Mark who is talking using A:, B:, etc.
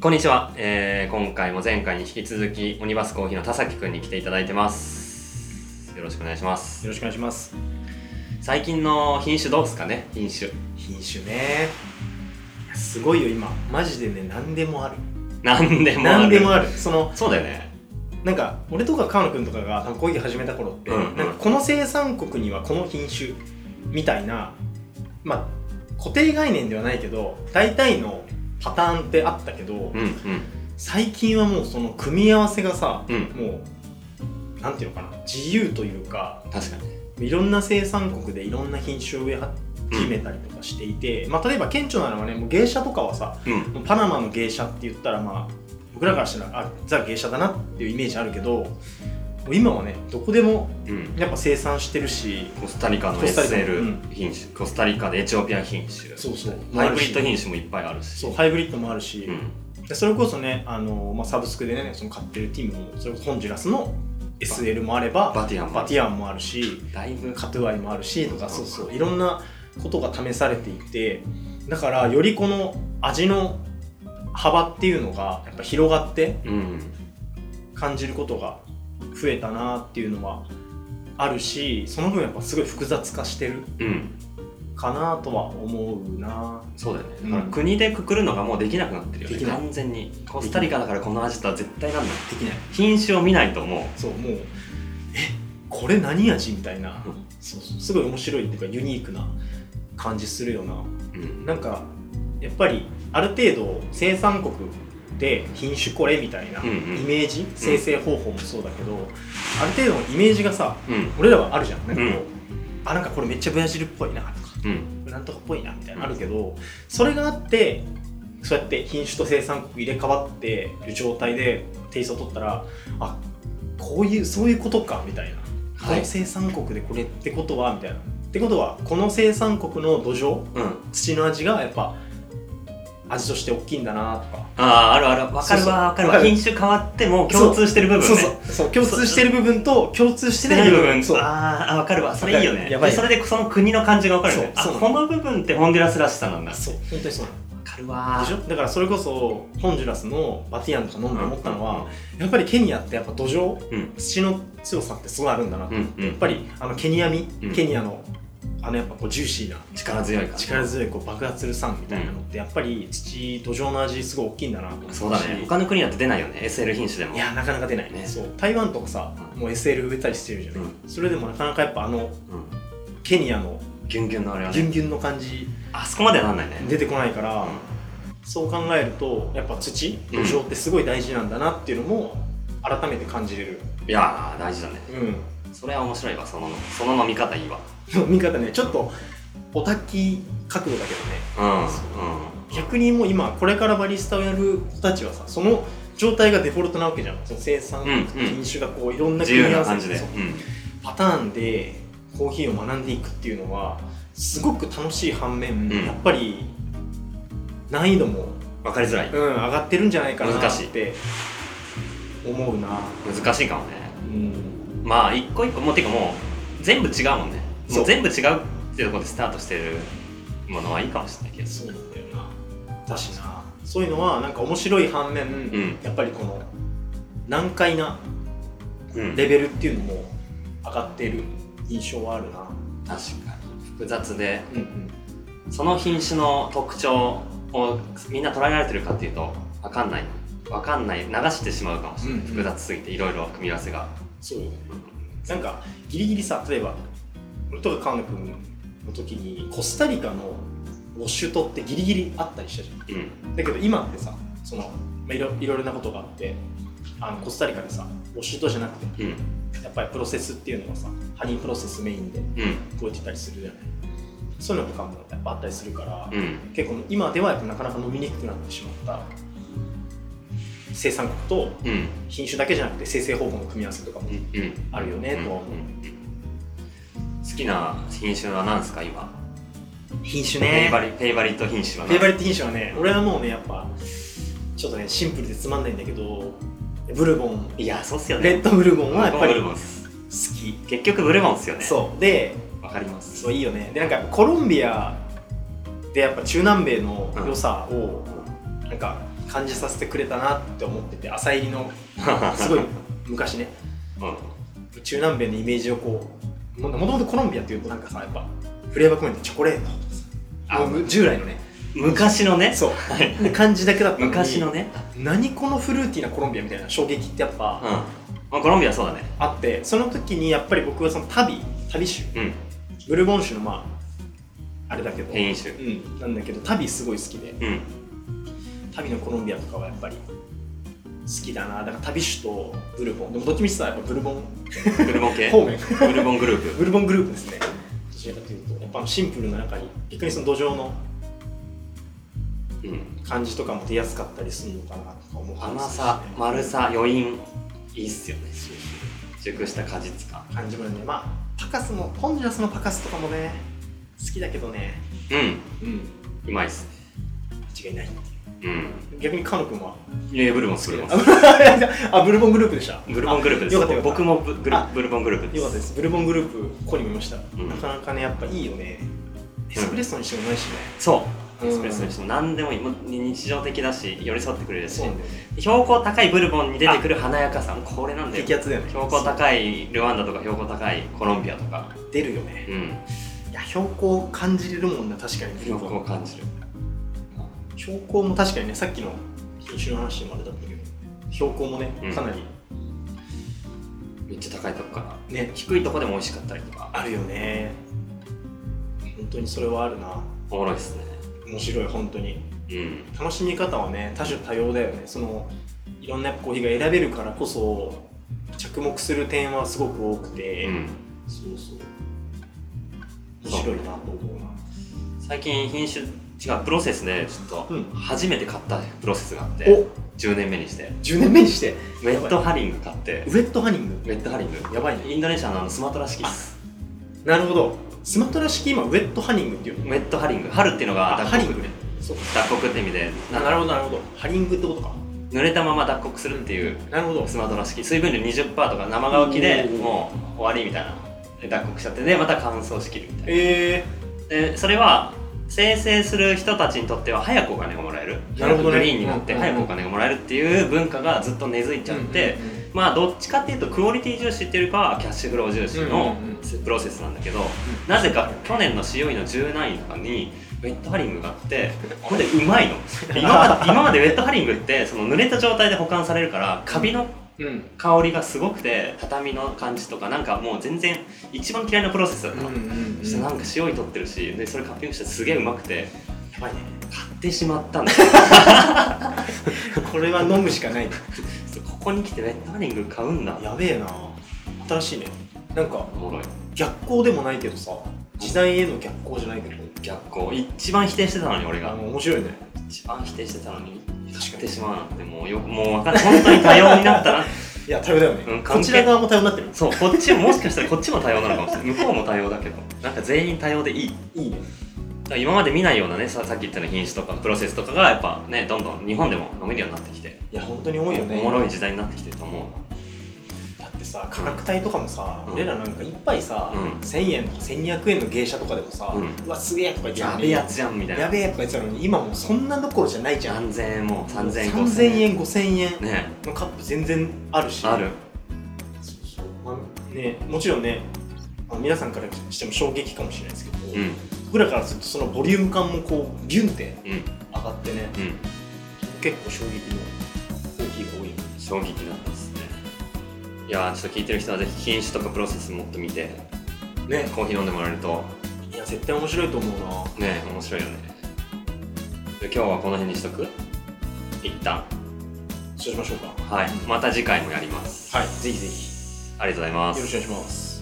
A: こんにちは、えー今回も前回に引き続きオニバスコーヒーの田崎くんに来ていただいてますよろしくお願いします
B: よろしくお願いします
A: 最近の品種どうですかね品種
B: 品種ねいやすごいよ今マジでね何でもある
A: 何でもある
B: 何でもあるその
A: そうだよね
B: なんか俺とか川野くんとかがコーヒー始めた頃って、
A: うんうん
B: なんかこの生産国にはこの品種みたいなまあ固定概念ではないけど大体のパターンってあったけど、
A: うんうん
B: 最近はもうその組み合わせがさ、
A: うん
B: もうなんていうのかな自由というか
A: 確かにね
B: いろんな生産国でいろんな品種を植え始めたりとかしていて、まあ、例えば顕著なのはねもう芸者とかはさ
A: うん
B: もうパナマの芸者って言ったらまあ僕らからしたらあザ芸者だなっていうイメージあるけどもう今はねどこでも
A: うん
B: やっぱ生産してるし
A: コスタリカの
B: コスタリカ
A: SL 品種コスタリカでエチオピア品種
B: そうそう
A: ハイブリッド品種もいっぱいあるし
B: そうハイブリッドもあるし、
A: うん
B: でそれこそねあの、まあ、サブスクでねその買ってるティムもそれこそホンジュラスの SL もあれば
A: バティアンも
B: バティアンもあるし
A: だいぶ
B: カトゥアイもあるしとかそうそういろんなことが試されていてだからよりこの味の幅っていうのがやっぱ広がって
A: うん
B: 感じることが増えたなっていうのはあるしその分やっぱすごい複雑化してる
A: うん
B: かなとは思うな
A: そうだよね、
B: うん
A: だから国でくくるのがもうできなくなってるよね
B: できない
A: 完全にコスタリカだからこの味とは絶対なんない
B: できない
A: 品種を見ないとも
B: そうもうえこれ何味みたいな
A: うん
B: そうそうすごい面白いっていうかユニークな感じするよな
A: う、うん
B: なんかやっぱりある程度生産国で品種これみたいな
A: う
B: イ
A: ん
B: メ
A: うん
B: ージ、生成方法もそうだけど、ある程度のイメージがさ
A: うん
B: 俺らはあるじゃんなんかこう、
A: うん
B: あなんかこれめっちゃブラジルっぽいなとか
A: うん
B: なんとかっぽいなみたいなのあるけど、それがあってそうやって品種と生産国入れ替わってる状態でテイストを取ったらあこういうそういうことかみたいな、
A: はい
B: この生産国でこれってことはみたいなってことはこの生産国の土壌
A: うん
B: 土の味がやっぱ味として大きいんだなとか
A: あああるあるわかるわわかる
B: わ
A: わ
B: かる
A: 品種変わっても共通してる部分ね
B: そうそうそう共通してる部分と共通し
A: し
B: て
A: て
B: な
A: ないい
B: 部
A: 部
B: 分
A: 分
B: そう
A: あーあわかるわそれいいよ
B: わか
A: ね
B: るやばい
A: でそれでその国の感じがわかるよね
B: そう
A: あ
B: そう
A: この部分ってホンデュラスらしさなんだわ
B: そう本当にそうなの
A: かるわ
B: でしょだからそれこそホンジュラスのバティアンとか飲んで思ったのは、やっぱりケニアってやっぱ土壌
A: うん
B: 土の強さってすごいあるんだなって、
A: うんうん
B: やっぱりあのケニア味、
A: うん
B: ケニアのあのやっぱこうジューシーな
A: 力強いから
B: 力強いこう爆発する酸みたいなのってやっぱり土土壌の味すごい大きいんだなと思ったし
A: そうだね他の国だと出ないよね SL 品種でも
B: いやなかなか出ない
A: ね
B: ねそう台湾とかさ
A: うん
B: もう SL 植えたりしてるじゃない、
A: う
B: それでもなかなかやっぱあの
A: うん
B: ケニアの
A: ギュンギュンのあれは
B: ギュ
A: ね
B: ンギュンの感じ
A: あそこまではなんないね
B: 出てこないから、
A: うん
B: そう考えるとやっぱ土土
A: うん
B: 壌ってすごい大事なんだなっていうのも改めて感じれる
A: いやー大事だね
B: う
A: それは面白いわそのその飲み方いいわ
B: ん 見方ねちょっとオタキ角度だけどね
A: うんうん
B: 逆にもう今これからバリスタをやる子たちはさその状態がデフォルトなわけじゃんその生産、
A: うんうん
B: 品種がこういろんな
A: 自
B: 組
A: 由
B: み
A: な
B: 合わせ
A: 感じで
B: そう
A: うん
B: パターンでコーヒーを学んでいくっていうのはすごく楽しい反面、
A: ん
B: やっぱり難易度も、
A: わかりづらい
B: うん、上がってるんじゃないかな
A: 難しい
B: って思うな、
A: 難しいかもね
B: うん、
A: まあ一個一個もうてかもう全部違うもんねも
B: そう
A: う全部違うっていうところでスタートしてるものはいいかもしれないけど
B: そうなんだよなだしなそういうのはなんか面白い反面、
A: ん
B: やっぱりこの難解な
A: うん
B: レベルっていうのも上がってる印象はあるな
A: 確かに複雑で
B: うんうん
A: その品種の特徴をみんな捉えられてるかっていうとわかんないわかんない流してしまうかもしれない、
B: うん
A: 複雑すぎていろいろ組み合わせが
B: そうよねなんかギリギリさ例えば俺とか川野君の時にコスタリカのウォッシュトってギリギリあったりしたじゃ
A: うん
B: んだけど今ってさその、まあ、いろいろいろなことがあってあのコスタリカでさウォッシュトじゃなくて
A: うん
B: やっぱりプロセスっていうのがさハニープロセスメインで
A: うん
B: 動いてたりするじゃないそういうのとかもやっぱあったりするから、
A: うん
B: 結構今ではやっぱなかなか飲みにくくなってしまった生産国と
A: うん
B: 品種だけじゃなくて生成方法の組み合わせとかも
A: うん
B: あるよね、とは思う、
A: 好きな品種は何ですか今
B: 品種
A: フェイバ
B: ね
A: リフェイバリット品種は
B: フ
A: 何
B: ェイバリット品種はね俺はもうねやっぱちょっとねシンプルでつまんないんだけどブルボン
A: いやそうっすよね
B: レッドブルボンはやっぱり
A: ブルボ
B: 好
A: ンっす
B: き
A: 結局ブルボンっすよね
B: そうで
A: わかり ます
B: そういいよねでなんかコロンビアでやっぱ中南米の良さを、なんか感じさせてくれたなって思ってて朝入りのす
A: す
B: ごい
A: うん、
B: 昔ね
A: うん
B: 中南米のイメージをこうももともとコロンビアっていうとなんかさやっぱフレーバーコメントチョコレートとかさ
A: あ
B: もうむ従来のね
A: 昔のね
B: そう感じだけだったのに
A: 昔のね、
B: 何このフルーティーなコロンビアみたいな衝撃ってやっ
A: うん
B: ぱ
A: まあ、コロンビアそうだね
B: あってその時にやっぱり僕はその旅旅種
A: うん
B: ブルボン酒のまああれだけど
A: 変異種
B: うんなんだけど旅すごい好きで
A: うん
B: 旅のコロンビアとかはやっぱり好きだなだから旅種とブルボンでもどっちみちさやっぱブルボン
A: ブルボン系
B: 方面
A: ブルボングループ
B: ブルボングループですねどちらかというとやっぱシンプルな中に逆にその土壌の
A: うん
B: 感じとかも出やすかったりするのかなとか思う
A: 甘さ丸さ余韻いいっすよね熟した果実感
B: 感じもあるねまあパカスもホンジュラスのパカスとかもね好きだけどね
A: うん
B: うん
A: うまいっす
B: 間違いない
A: うん
B: 逆にカノ君はい
A: やいやブルボンブルボン
B: あブルボングループでした
A: ブルボングループです
B: よかったよかった
A: 僕もブブル
B: あ
A: ブルボングループです
B: よかったですブルボングループここにもいました、
A: ん
B: なかなかねやっぱいいよねエスプレッソにしてもないしね、
A: そう
B: うん
A: エスプレッソにしても何でもいいもう日常的だし寄り添ってくれるし
B: そうなんだよね
A: 標高高いブルボンに出てくる華やかさもうこれなんだよ
B: 激アツだよね
A: 標高高いルワンダとか標高高いコロンビアとか
B: 出るよね
A: うん
B: いや標高感じれるもんな確かに
A: 標高を感じる
B: 標高も確かにねさっきの品種の話でもあれだったけど標高もね
A: うん
B: かなり
A: めっちゃ高いとこから
B: ね、
A: 低いとこでも美味しかったりとか
B: あるよね本当にそれはあるな
A: おもろいっすね
B: 面白い本当に
A: うん
B: 楽しみ方はね多種多様だよねそのいろんなやっぱコーヒーが選べるからこそ着目する点はすごく多くて、
A: うん
B: そうそう面白いなと思うな
A: 最近品種違うプロセスでちょっ
B: うん
A: と初めて買ったプロセスがあって
B: お
A: 10年目にして
B: 10年目にして
A: ウェットハリング買って
B: ウェットハニング
A: ウェットハリング
B: やばいね
A: インドネシアのあのスマトラ式です
B: なるほどスマトラ式今ウェットハニングっていう
A: ウ
B: の
A: ェットハリング春っていうのが
B: あハ
A: 脱
B: リング
A: 穀
B: ねそう
A: 脱穀って意味で
B: ななるほどなるほどハリングってことか
A: 濡れたまま脱穀するっていう
B: なるほど
A: スマートらしき水分量20%とか生乾きで
B: うん
A: もう終わりみたいなで脱穀しちゃってでまた乾燥しきるみたい
B: え
A: なでそれは生成する人たちにとっては早くお金がもらえる
B: なるほどね
A: グリーンになって
B: うん
A: 早くお金がもらえるっていう文化がずっと根付い
B: ー
A: ちゃって、まあどっちかっていうとクオリティ重視っていうよりかはキャッシュフロー重視の
B: うんうん
A: プロセスなんだけどなぜか去年の COE の17位とかにウェットハリングがあってこれうまいの今まで今までウェットハリングってその濡れた状態で保管されるからカビの
B: うんうん
A: 香りがすごくて畳の感じとかなんかもう全然一番嫌いなプロセスだったの、
B: うん
A: そしてなんか塩い取ってるしでそれカッピングしたらすげえうまくて
B: やばいね
A: 買ってしまったんだよ
B: これは飲むしかない
A: そうここに来てウェットハリング買うんだ
B: やべえな新しいねなんか
A: おもろい
B: 逆光でもないけどさ時代への逆光じゃないけど
A: 逆光一番否定してたのに俺
B: あ
A: が
B: の面白いね
A: 一番否定してたのに
B: 確
A: 買っ
B: か
A: て
B: に
A: しまうなんてもうよもう分かんない本当に多様になったな
B: いや多様だよね、
A: うん関係
B: こちら側も多様になってる
A: そうこっちももしかしたらこっちも多様なのかもしれない向こうも多様だけどなんか全員多様でいい
B: いいね
A: だから今まで見ないようなねささっき言ったような品種とかプロセスとかがやっぱねどんどん日本でも飲めるようになってきて
B: いや本当に多いよね
A: おもろい時代になってきてると思う
B: だってさ価格帯とかもさ、
A: うん
B: 俺らなんか一杯さ、
A: うん
B: 1000円とか1200円の芸者とかでもさ、
A: う
B: うわすげえとか言ってた
A: や
B: の
A: べえ
B: に
A: やつじゃんみたい
B: や
A: な
B: べえとか言ってたのに今もうそんなどころじゃないじゃん
A: 何千円も三千円
B: 3000
A: 5000
B: 円5000円
A: ね
B: のカップ全然あるし
A: ある
B: そうそうまあねもちろんねあの皆さんからしても衝撃かもしれないですけど、
A: うん
B: 僕らからするとそのボリューム感もこうギュンって
A: うん
B: 上がってね
A: うん
B: 結構衝撃のコーヒーが多いよね
A: 衝撃だったっすねいやーちょっと聞いてる人はぜひ品種とかプロセスもっと見て
B: ね
A: コーヒー飲んでもらえると
B: いや絶対面白いと思うな
A: ね面白いよねで今日はこの辺にしとく一旦
B: そうしましょうか
A: はいまた次回もやります
B: はいぜひぜひ
A: ありがとうございます
B: よろしくお願いします